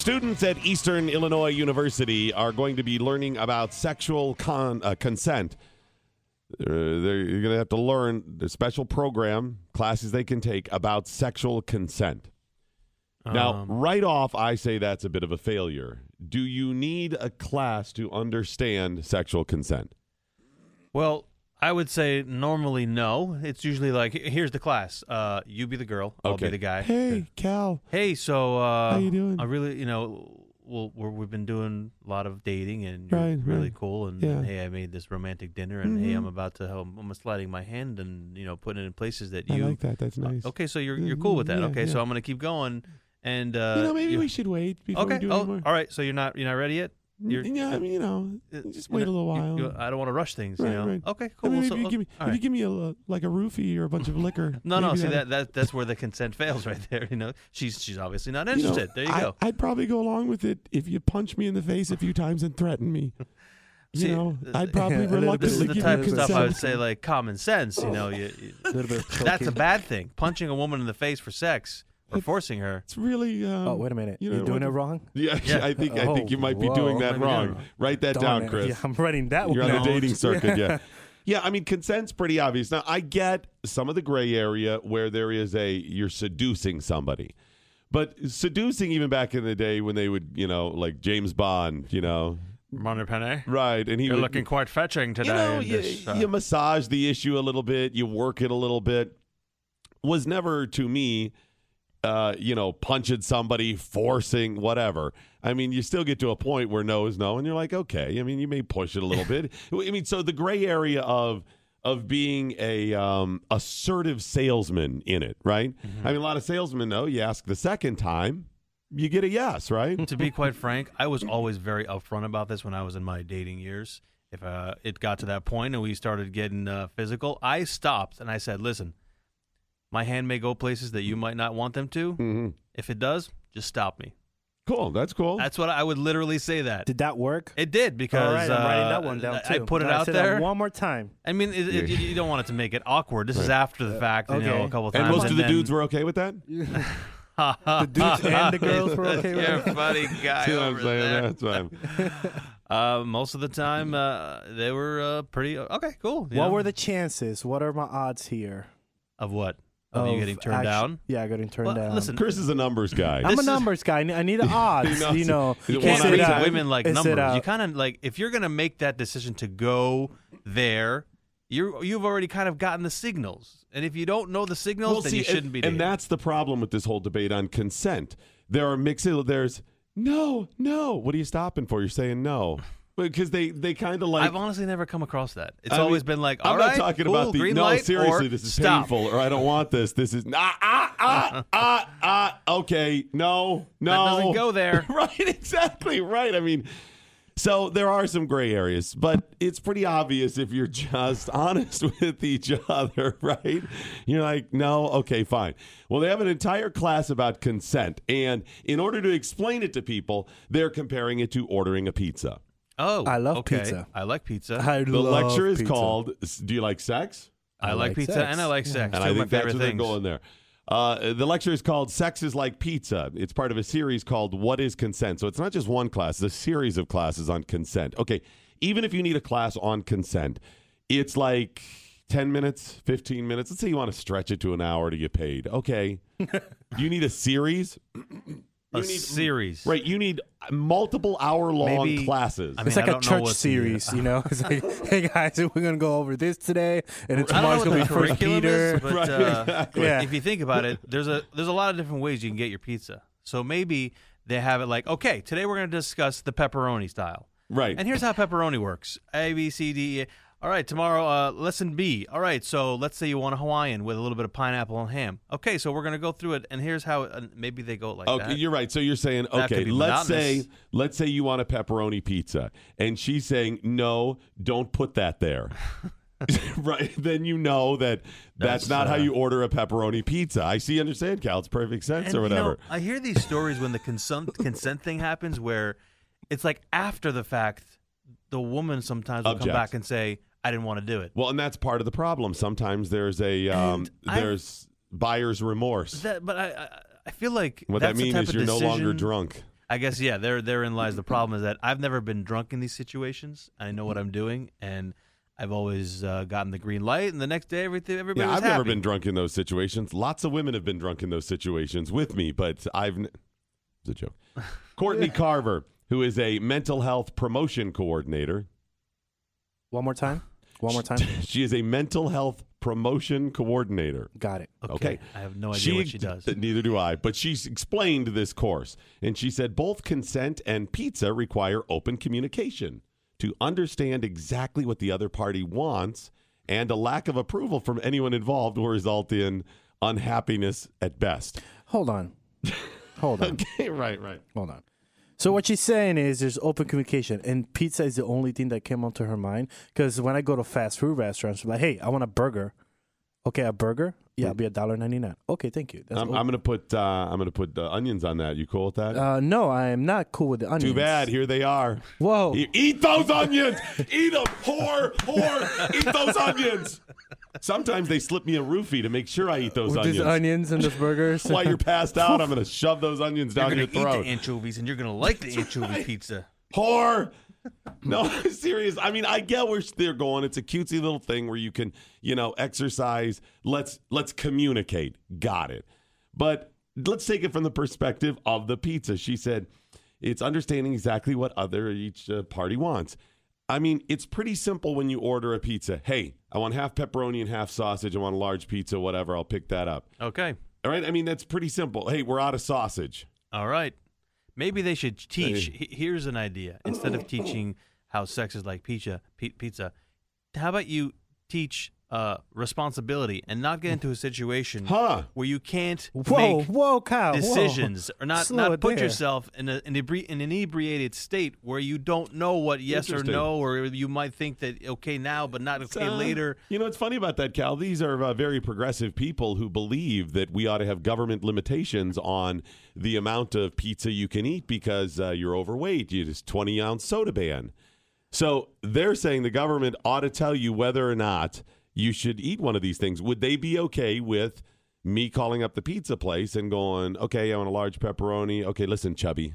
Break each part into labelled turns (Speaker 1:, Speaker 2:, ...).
Speaker 1: Students at Eastern Illinois University are going to be learning about sexual con- uh, consent. Uh, they're going to have to learn the special program classes they can take about sexual consent.
Speaker 2: Um.
Speaker 1: Now, right off, I say that's a bit of a failure. Do you need a class to understand sexual consent?
Speaker 3: Well, I would say normally no. It's usually like "Here- here's the class. Uh, you be the girl. I'll be the guy.
Speaker 1: Hey, Cal.
Speaker 3: Hey, so uh,
Speaker 1: How you doing?
Speaker 3: I really, you know, well, we're, we've been doing a lot of dating, and you're
Speaker 1: Right,
Speaker 3: really
Speaker 1: right.
Speaker 3: cool. And,
Speaker 1: Yeah. Mm-hmm.
Speaker 3: hey, I made this romantic dinner, and hey, I'm about to help. I'm almost sliding my hand and you know putting it in places that you.
Speaker 1: that. That's
Speaker 3: Uh, Okay, so you're you're cool with that.
Speaker 1: Mm-hmm. Yeah,
Speaker 3: okay, so
Speaker 1: yeah.
Speaker 3: I'm gonna keep going, and uh, you-
Speaker 1: should wait before
Speaker 3: Okay. Oh, all right. So you're not you're not ready yet. You're,
Speaker 1: Mm, yeah, I mean, you know,
Speaker 3: uh, you know, you- you- I don't want to rush things.
Speaker 1: Right,
Speaker 3: you know.
Speaker 1: right.
Speaker 3: Okay. Cool. so, oh, all right.
Speaker 1: give me a uh, like a roofie or a bunch of liquor.
Speaker 3: No, no. See that, that that's where the consent fails right there. You know, she's she's obviously not interested. there you
Speaker 1: I,
Speaker 3: go.
Speaker 1: I'd probably go along with it if you punch me in the face a few times and threaten me. You
Speaker 3: See,
Speaker 1: know,
Speaker 3: th-
Speaker 1: I'd probably
Speaker 2: little
Speaker 3: This is
Speaker 1: reluctantly
Speaker 3: the
Speaker 1: give
Speaker 3: type
Speaker 1: you
Speaker 3: of stuff I would
Speaker 1: consent.
Speaker 3: say like common sense. You know, you, you-
Speaker 2: A little bit of
Speaker 3: that's a
Speaker 2: choking.
Speaker 3: bad thing. Punching a woman in the face for sex or forcing her.
Speaker 1: It's really. Um,
Speaker 2: Oh, wait a minute.
Speaker 1: You
Speaker 2: You
Speaker 1: know,
Speaker 2: are doing
Speaker 1: what-
Speaker 2: it wrong?
Speaker 1: Yeah,
Speaker 3: Yeah.
Speaker 1: I think I
Speaker 2: Oh,
Speaker 1: think you might be
Speaker 2: whoa,
Speaker 1: doing that
Speaker 2: maybe
Speaker 1: wrong.
Speaker 2: not.
Speaker 1: Write that
Speaker 2: Darn
Speaker 1: down,
Speaker 2: it.
Speaker 1: Chris.
Speaker 2: Yeah, I'm writing that
Speaker 1: You're
Speaker 2: one
Speaker 1: on the
Speaker 2: down.
Speaker 1: dating circuit, yeah. Yeah, I mean, consent's pretty obvious. Now, I get some of the gray area where there is a you're seducing somebody. But seducing, even back in the day when they would, you know, like James Bond, you know,
Speaker 3: Moneypenny,
Speaker 1: right, and he
Speaker 3: you're
Speaker 1: would,
Speaker 3: looking quite fetching today.
Speaker 1: you know,
Speaker 3: in
Speaker 1: you,
Speaker 3: this, uh,
Speaker 1: you massage the issue a little bit, you work it a little bit. Was never to me, uh, you know, punching somebody, forcing whatever. I mean, you still get to a point where no is no, and you're like, okay. I mean, you may push it a little bit. I mean, so the gray area of of being a um, assertive salesman in it, right? I mean, a lot of salesmen know you ask the second time, you get a yes, right?
Speaker 3: to be quite frank, I was always very upfront about this when I was in my dating years. If uh, it got to that point and we started getting uh, physical, I stopped and I said, "Listen, my hand may go places that you might not want them to.
Speaker 1: Mhm.
Speaker 3: If it does, just stop me."
Speaker 1: Cool. That's cool.
Speaker 3: That's what I would literally say. That
Speaker 2: Did that work?
Speaker 3: it did because
Speaker 2: All right, I'm writing that one
Speaker 3: uh,
Speaker 2: down too.
Speaker 3: I put it
Speaker 2: Gotta
Speaker 3: out
Speaker 2: say that
Speaker 3: there.
Speaker 2: one more time.
Speaker 3: I mean, it, it,
Speaker 1: Yeah.
Speaker 3: you don't want it to make it awkward. This is after the fact, you know,
Speaker 2: okay.
Speaker 3: a couple times.
Speaker 1: and most of the
Speaker 3: then-
Speaker 1: dudes were okay with that.
Speaker 3: the
Speaker 2: dudes and the girls were okay with
Speaker 3: You're
Speaker 2: it?
Speaker 3: a funny guy
Speaker 1: See what I'm
Speaker 3: over
Speaker 1: saying?
Speaker 3: there.
Speaker 1: That's what I'm-
Speaker 3: Uh, most of the time, uh, they were uh, pretty okay. Cool. you
Speaker 2: What
Speaker 3: know?
Speaker 2: were the chances? What are my odds here?
Speaker 3: of what of, you getting turned
Speaker 2: actu-
Speaker 3: down?
Speaker 2: Yeah, getting turned
Speaker 3: Well,
Speaker 2: down.
Speaker 3: listen,
Speaker 1: Chris is a numbers guy.
Speaker 2: I'm
Speaker 3: this
Speaker 2: a
Speaker 3: is-
Speaker 2: numbers guy. I need- I need the odds.
Speaker 1: know,
Speaker 2: you know,
Speaker 1: you
Speaker 3: you
Speaker 1: Well,
Speaker 3: can't
Speaker 1: not
Speaker 2: sit
Speaker 3: treat
Speaker 1: really.
Speaker 2: out-
Speaker 3: women like
Speaker 2: and sit
Speaker 3: numbers.
Speaker 2: out.
Speaker 3: You kind of like if you're gonna make that decision to go there, you you've already kind of gotten the signals, and if you don't know the signals, then you
Speaker 1: and-
Speaker 3: shouldn't be.
Speaker 1: And
Speaker 3: dating.
Speaker 1: that's the problem with this whole debate on consent. There are mixed. There's no, no. What are you stopping for? You're saying no because they they kind of like.
Speaker 3: I've honestly never come across that. It's
Speaker 1: I mean,
Speaker 3: always been like, all
Speaker 1: I'm
Speaker 3: right,
Speaker 1: not talking
Speaker 3: cool,
Speaker 1: about the
Speaker 3: green
Speaker 1: no.
Speaker 3: light,
Speaker 1: Seriously,
Speaker 3: or
Speaker 1: this is
Speaker 3: stop.
Speaker 1: painful, or I don't want this. This is ah ah ah ah ah. Okay, no, no.
Speaker 3: That doesn't go there.
Speaker 1: right, exactly right. I mean, so there are some gray areas, but it's pretty obvious if you're just honest with each other, right? You're like, no, okay, fine. Well, they have an entire class about consent, and in order to explain it to people, they're comparing it to ordering a pizza.
Speaker 3: Oh,
Speaker 2: I love
Speaker 3: okay.
Speaker 2: pizza.
Speaker 3: I like pizza. I,
Speaker 2: I
Speaker 1: The
Speaker 2: love
Speaker 1: lecture is
Speaker 2: pizza.
Speaker 1: called "S- "Do You Like Sex?"
Speaker 3: like
Speaker 2: like
Speaker 3: pizza
Speaker 2: sex.
Speaker 3: and I like
Speaker 1: and
Speaker 3: sex. Two
Speaker 1: I
Speaker 3: of my
Speaker 1: think that's
Speaker 3: favorite
Speaker 1: where
Speaker 3: things.
Speaker 1: they're going there. Uh, the lecture is called "Sex is Like Pizza." It's part of a series called "What Is Consent." So it's not just one class; it's a series of classes on consent. Okay, even if you need a class on consent, it's like ten minutes, fifteen minutes. Let's say you want to stretch it to an hour to get paid. Okay, you need a series,
Speaker 3: A series,
Speaker 1: right? You need multiple hour-long
Speaker 3: Maybe-
Speaker 1: classes.
Speaker 3: I mean,
Speaker 2: It's
Speaker 3: I
Speaker 2: like a
Speaker 3: don't know
Speaker 2: church
Speaker 3: what the-
Speaker 2: series, you know. It's like, hey guys, we're gonna go over this today, and it's
Speaker 3: I don't know what
Speaker 2: tomorrow's gonna
Speaker 3: the curriculum
Speaker 2: be First Peter.
Speaker 3: is, but
Speaker 1: Right,
Speaker 3: uh,
Speaker 1: exactly.
Speaker 2: Yeah.
Speaker 3: if you think about it, there's a there's a lot of different ways you can get your pizza. So maybe they have it like, okay, today we're going to discuss the pepperoni style.
Speaker 1: right?
Speaker 3: And here's how pepperoni works: A, B, C, D, E. All right, tomorrow, uh, lesson B. All right, so let's say you want a Hawaiian with a little bit of pineapple and ham. Okay, so we're gonna go through it, and here's how. And maybe they go like
Speaker 1: Okay,
Speaker 3: that.
Speaker 1: you're right. So you're saying
Speaker 3: That could
Speaker 1: okay.
Speaker 3: be
Speaker 1: Let's
Speaker 3: monotonous.
Speaker 1: say let's say you want a pepperoni pizza, and she's saying no, don't put that there. right? Then you know that that's,
Speaker 3: That's,
Speaker 1: not how
Speaker 3: uh,
Speaker 1: you order a pepperoni pizza. I see. Understand, Cal? It's perfect sense
Speaker 3: And,
Speaker 1: or
Speaker 3: you know,
Speaker 1: whatever.
Speaker 3: I hear these stories when the consent consent thing happens, where it's like after the fact, the woman sometimes will
Speaker 1: Objects.
Speaker 3: come back and say, "I didn't want to do it."
Speaker 1: well, and that's part of the problem. Sometimes there's a um,
Speaker 3: And I-
Speaker 1: there's buyer's remorse.
Speaker 3: That, but I, I, I feel like
Speaker 1: what that
Speaker 3: that's the
Speaker 1: means
Speaker 3: type
Speaker 1: is
Speaker 3: of
Speaker 1: you're no longer
Speaker 3: decision-
Speaker 1: drunk.
Speaker 3: I guess yeah, there therein lies the problem is that I've never been drunk in these situations. I know what I'm doing, and I've always uh, gotten the green light. And the next day, everything everybody
Speaker 1: Yeah,
Speaker 3: was
Speaker 1: I've never
Speaker 3: happy.
Speaker 1: been drunk in those situations. Lots of women have been drunk in those situations with me, but I've. N- it's a joke. Courtney Carver, who is a mental health promotion coordinator.
Speaker 2: One more time. One more time.
Speaker 1: She is a mental health promotion coordinator.
Speaker 2: Got it.
Speaker 1: Okay.
Speaker 3: I have no idea what she does.
Speaker 1: Neither do I. But she's explained this course, and she said both consent and pizza require open communication to understand exactly what the other party wants, and a lack of approval from anyone involved will result in unhappiness at best.
Speaker 2: Hold on. Hold on.
Speaker 1: Okay, right, right.
Speaker 2: Hold on. So what she's saying is there's open communication, and pizza is the only thing that came onto her mind. Because when I go to fast food restaurants, I'm like, hey, I want a burger. Okay, a burger. Yeah, it'll be a dollar ninety nine. Okay, thank you. That's
Speaker 1: I'm,
Speaker 2: o-
Speaker 1: I'm gonna put uh, I'm gonna put the onions on that. You cool with that?
Speaker 2: uh, no, I am not cool with the onions.
Speaker 1: Too bad. Here they are.
Speaker 2: Whoa.
Speaker 1: E- Eat those onions. Eat them. Whore, whore. Eat those onions. Sometimes they slip me a roofie to make sure I eat those
Speaker 2: with
Speaker 1: onions.
Speaker 2: these onions and those burgers.
Speaker 1: While you're passed out, I'm going to shove those onions
Speaker 3: you're
Speaker 1: down
Speaker 3: gonna
Speaker 1: your
Speaker 3: eat the
Speaker 1: throat.
Speaker 3: anchovies, and you're gonna like the anchovy pizza.
Speaker 1: whore. No, I'm serious. I mean, I get where they're going. It's a cutesy little thing where you can, you know, exercise. Let's let's communicate. Got it. But let's take it from the perspective of the pizza. She said, "It's understanding exactly what other each uh, party wants." I mean, it's pretty simple when you order a pizza. Hey, I want half pepperoni and half sausage. I want a large pizza, whatever. I'll pick that up.
Speaker 3: Okay,
Speaker 1: All right. I mean, that's pretty simple. Hey, we're out of sausage.
Speaker 3: all right. Maybe they should teach. he- Here's an idea: instead of teaching how sex is like pizza, pi- pizza, how about you teach uh, responsibility and not get into a situation
Speaker 1: Huh.
Speaker 3: where you can't
Speaker 2: whoa,
Speaker 3: make
Speaker 2: whoa, Kyle. whoa.
Speaker 3: decisions or not
Speaker 2: Slow
Speaker 3: not
Speaker 2: it
Speaker 3: put
Speaker 2: there.
Speaker 3: yourself in a, an, ebri- an inebriated state where you don't know what yes or
Speaker 1: Interesting.
Speaker 3: no or you might think that okay now but not okay
Speaker 1: Uh,
Speaker 3: later
Speaker 1: You know what's funny about that, Cal? These are uh, very progressive people who believe that we ought to have government limitations on the amount of pizza you can eat because uh, you're overweight. You just 20 ounce soda ban. So they're saying the government ought to tell you whether or not you should eat one of these things. Would they be okay with me calling up the pizza place and going, okay, I want a large pepperoni. Okay, listen, chubby.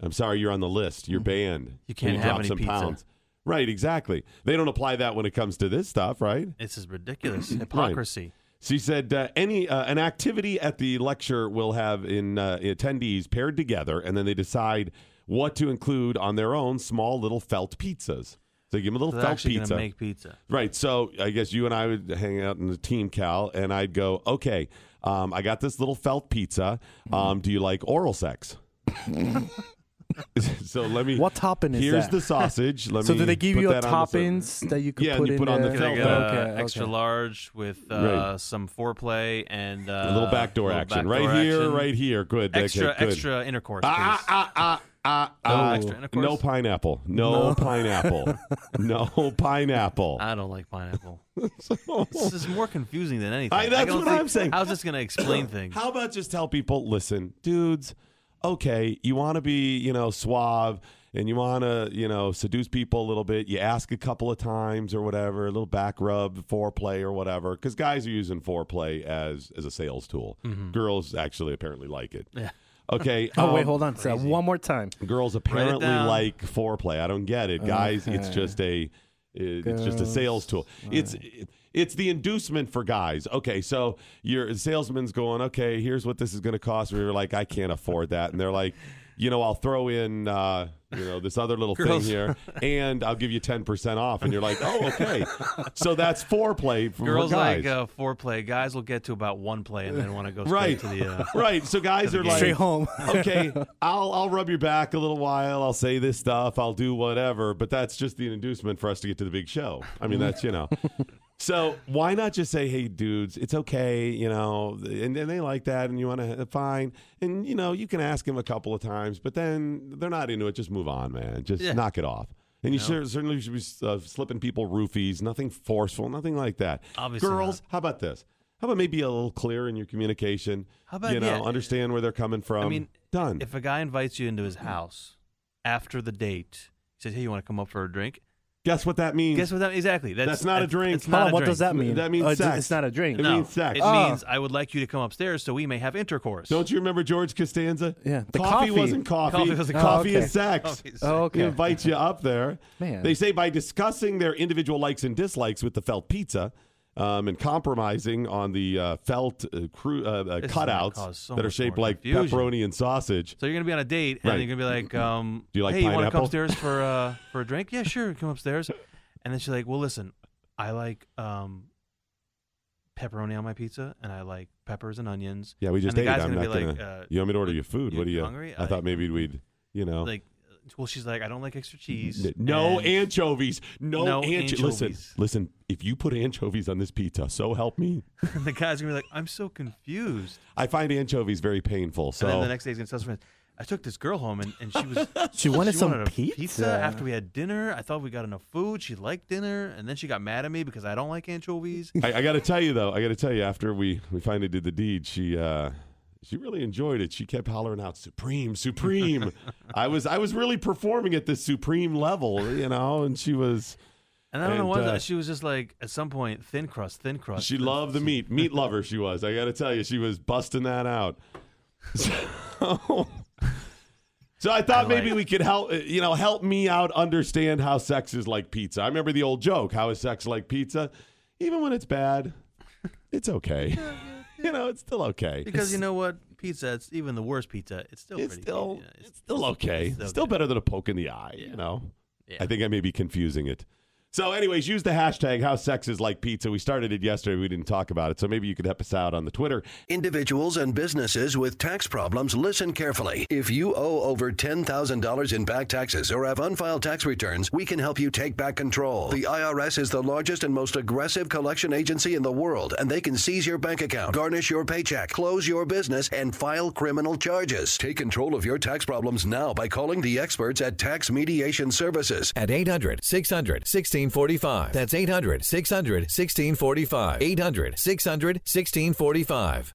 Speaker 1: I'm sorry, you're on the list. You're banned.
Speaker 3: Mm-hmm. You
Speaker 1: Can
Speaker 3: can't have
Speaker 1: drop
Speaker 3: any
Speaker 1: some
Speaker 3: pizza.
Speaker 1: pounds. Right, exactly. They don't apply that when it comes to this stuff, right?
Speaker 3: this is ridiculous hypocrisy
Speaker 1: She said uh, any uh, an activity at the lecture will have in uh, attendees paired together, and then they decide what to include on their own small little felt pizzas. So give them a
Speaker 3: So
Speaker 1: little
Speaker 3: they're
Speaker 1: felt
Speaker 3: actually
Speaker 1: pizza.
Speaker 3: gonna make pizza
Speaker 1: Right. So I guess you and I would hang out in the team, Cal, and I'd go, okay, um, I got this little felt pizza. Um, do you like oral sex? so let me.
Speaker 2: What topping is
Speaker 1: Here's
Speaker 2: that?
Speaker 1: the sausage. Let
Speaker 2: So
Speaker 1: me
Speaker 2: do they give
Speaker 1: put
Speaker 2: you a
Speaker 1: that on the-
Speaker 2: toppings that you could
Speaker 1: Yeah, and
Speaker 2: put
Speaker 1: you
Speaker 2: in
Speaker 1: put on the
Speaker 2: there?
Speaker 1: felt
Speaker 3: like
Speaker 1: Okay,
Speaker 3: uh,
Speaker 2: okay,
Speaker 3: extra
Speaker 2: okay.
Speaker 3: large with uh,
Speaker 1: Right.
Speaker 3: some foreplay and uh,
Speaker 1: A little backdoor
Speaker 3: little
Speaker 1: action.
Speaker 3: backdoor
Speaker 1: right here,
Speaker 3: action.
Speaker 1: right here. Good.
Speaker 3: extra
Speaker 1: okay, good.
Speaker 3: extra intercourse
Speaker 1: Ah,
Speaker 3: please.
Speaker 1: ah, ah, ah, ah,
Speaker 3: No
Speaker 1: ah.
Speaker 3: extra intercourse?
Speaker 1: No pineapple. No, pineapple. no pineapple.
Speaker 3: I don't like pineapple. this is more confusing than anything.
Speaker 1: I- that's
Speaker 3: don't
Speaker 1: what
Speaker 3: think-
Speaker 1: I'm saying.
Speaker 3: How's this going to explain things?
Speaker 1: How about just tell people, listen, dudes, okay, you want to be, you know, suave and you want to, you know, seduce people a little bit. You ask a couple of times or whatever, a little back rub, foreplay or whatever, because guys are using foreplay as as a sales tool. Girls actually apparently like it.
Speaker 3: Yeah.
Speaker 1: Okay.
Speaker 2: Oh wait,
Speaker 1: um,
Speaker 2: hold on. So one more time.
Speaker 1: Girls apparently
Speaker 3: down.
Speaker 1: like foreplay. I don't get it, guys. It's
Speaker 2: Okay.
Speaker 1: just a it's just a sales tool. It's it's the inducement for guys. Okay, so your salesman's going, okay, here's what this is going to cost. We were like, I can't afford that, and they're like, you know, I'll throw in, uh, you know, this other little thing
Speaker 3: Girls.
Speaker 1: here, and I'll give you ten percent off, and you're like, oh, okay. so that's foreplay for
Speaker 3: Girls
Speaker 1: guys.
Speaker 3: like uh, foreplay. Guys will get to about one play and then want to go
Speaker 1: Right.
Speaker 3: straight to the. Uh,
Speaker 1: right. So guys
Speaker 3: the
Speaker 1: are
Speaker 3: game.
Speaker 1: like,
Speaker 2: Straight home.
Speaker 1: okay, I'll I'll rub your back a little while. I'll say this stuff. I'll do whatever. But that's just the inducement for us to get to the big show. I mean, that's you know. So why not just say, hey, dudes, it's okay, you know, and, and they like that, and you want to fine, and you know, you can ask him a couple of times, but then they're not into it. Just move on, man. Just
Speaker 3: Yeah.
Speaker 1: knock it off. And you cer- certainly should be uh, slipping people roofies, nothing forceful, nothing like that.
Speaker 3: Obviously
Speaker 1: girls, how about this? How about maybe a little clearer in your communication?
Speaker 3: How about-
Speaker 1: you know,
Speaker 3: yeah.
Speaker 1: understand where they're coming from?
Speaker 3: I mean,
Speaker 1: done.
Speaker 3: If a guy invites you into his house after the date, he says, "Hey, you want to come up for a drink?"
Speaker 1: Guess what that means?
Speaker 3: Guess what that exactly? That's,
Speaker 1: That's not a
Speaker 3: that's-
Speaker 1: drink.
Speaker 3: It's
Speaker 1: Hold
Speaker 3: not
Speaker 2: Hold
Speaker 3: a
Speaker 2: on, what
Speaker 3: drink.
Speaker 2: does that mean?
Speaker 1: That means
Speaker 2: Oh, it's,
Speaker 1: sex.
Speaker 2: it's not a drink.
Speaker 1: It
Speaker 3: No,
Speaker 1: means sex.
Speaker 3: It
Speaker 2: Oh.
Speaker 3: means I would like you to come upstairs so we may have intercourse.
Speaker 1: Don't you remember George Costanza?
Speaker 2: Yeah, the
Speaker 1: coffee,
Speaker 2: coffee.
Speaker 1: wasn't coffee.
Speaker 3: Coffee wasn't
Speaker 1: Coffee
Speaker 2: coffee.
Speaker 1: is sex.
Speaker 3: Coffee's-
Speaker 2: Oh,
Speaker 1: He
Speaker 2: okay.
Speaker 1: invites you up there.
Speaker 2: Man.
Speaker 1: They say by discussing their individual likes and dislikes with the felt pizza um, and compromising on the uh, felt uh, cru- uh, uh,
Speaker 3: This is gonna
Speaker 1: cutouts
Speaker 3: cause so
Speaker 1: that are
Speaker 3: much
Speaker 1: shaped
Speaker 3: more
Speaker 1: like
Speaker 3: confusion.
Speaker 1: pepperoni and sausage.
Speaker 3: So you're gonna be on a date, and
Speaker 1: Right.
Speaker 3: you're gonna be like, um,
Speaker 1: Do you like
Speaker 3: "Hey, you want to
Speaker 1: pineapple?
Speaker 3: come upstairs for uh, for a drink?" Yeah, sure, come upstairs. And then she's like, "Well, listen, I like um, pepperoni on my pizza, and I like peppers and onions."
Speaker 1: Yeah, we just
Speaker 3: and
Speaker 1: ate.
Speaker 3: the guy's
Speaker 1: I'm
Speaker 3: gonna
Speaker 1: not
Speaker 3: be
Speaker 1: gonna.
Speaker 3: like, uh,
Speaker 1: you want me to order you food?
Speaker 3: you
Speaker 1: what do you?
Speaker 3: hungry?
Speaker 1: I,
Speaker 3: I-
Speaker 1: thought maybe we'd. You know.
Speaker 3: "Like, well, she's like, I don't like extra cheese.
Speaker 1: N- No
Speaker 3: and
Speaker 1: anchovies. No,
Speaker 3: No
Speaker 1: ancho- Listen,
Speaker 3: anchovies.
Speaker 1: listen. If you put anchovies on this pizza, so help me.
Speaker 3: the guy's gonna be like, I'm so confused.
Speaker 1: I find anchovies very painful. So
Speaker 3: And then the next day he's gonna tell his friends, I took this girl home, and, and she was
Speaker 2: She wanted
Speaker 3: she
Speaker 2: some
Speaker 3: wanted a
Speaker 2: pizza.
Speaker 3: after we had dinner. I thought we got enough food. She liked dinner, and then she got mad at me because I don't like anchovies.
Speaker 1: I, I got to tell you though, I got to tell you after we we finally did the deed, she uh she really enjoyed it. She kept hollering out "Supreme, Supreme." I was I was really performing at this supreme level, you know, and she was
Speaker 3: And I don't know
Speaker 1: And,
Speaker 3: what
Speaker 1: uh,
Speaker 3: that. She was just like at some point thin crust, thin crust.
Speaker 1: she loved the meat, meat lover she was. I got to tell you, she was busting that out. So, so I thought
Speaker 3: I
Speaker 1: maybe
Speaker 3: like-
Speaker 1: we could help you know help me out understand how sex is like pizza. I remember the old joke, how is sex like pizza? Even when it's bad, it's okay. you know, it's still okay.
Speaker 3: because you know what pizza. It's even the worst pizza. It's still
Speaker 1: it's
Speaker 3: pretty.
Speaker 1: still
Speaker 3: yeah,
Speaker 1: it's, still okay.
Speaker 3: it's
Speaker 1: Still,
Speaker 3: still good.
Speaker 1: better than a poke in the eye, you know.
Speaker 3: Yeah.
Speaker 1: I think I may be confusing it. So, anyways, use the hashtag how sex is like pizza. We started it yesterday. We didn't talk about it, so maybe you could help us out on the Twitter.
Speaker 4: Individuals and businesses with tax problems, listen carefully. If you owe over $10,000 in back taxes or have unfiled tax returns, we can help you take back control. The IRS is the largest and most aggressive collection agency in the world, and they can seize your bank account, garnish your paycheck, close your business, and file criminal charges. Take control of your tax problems now by calling the experts at Tax Mediation Services.
Speaker 5: at 800 600 1645. That's 800 600 1645. 800 600 1645.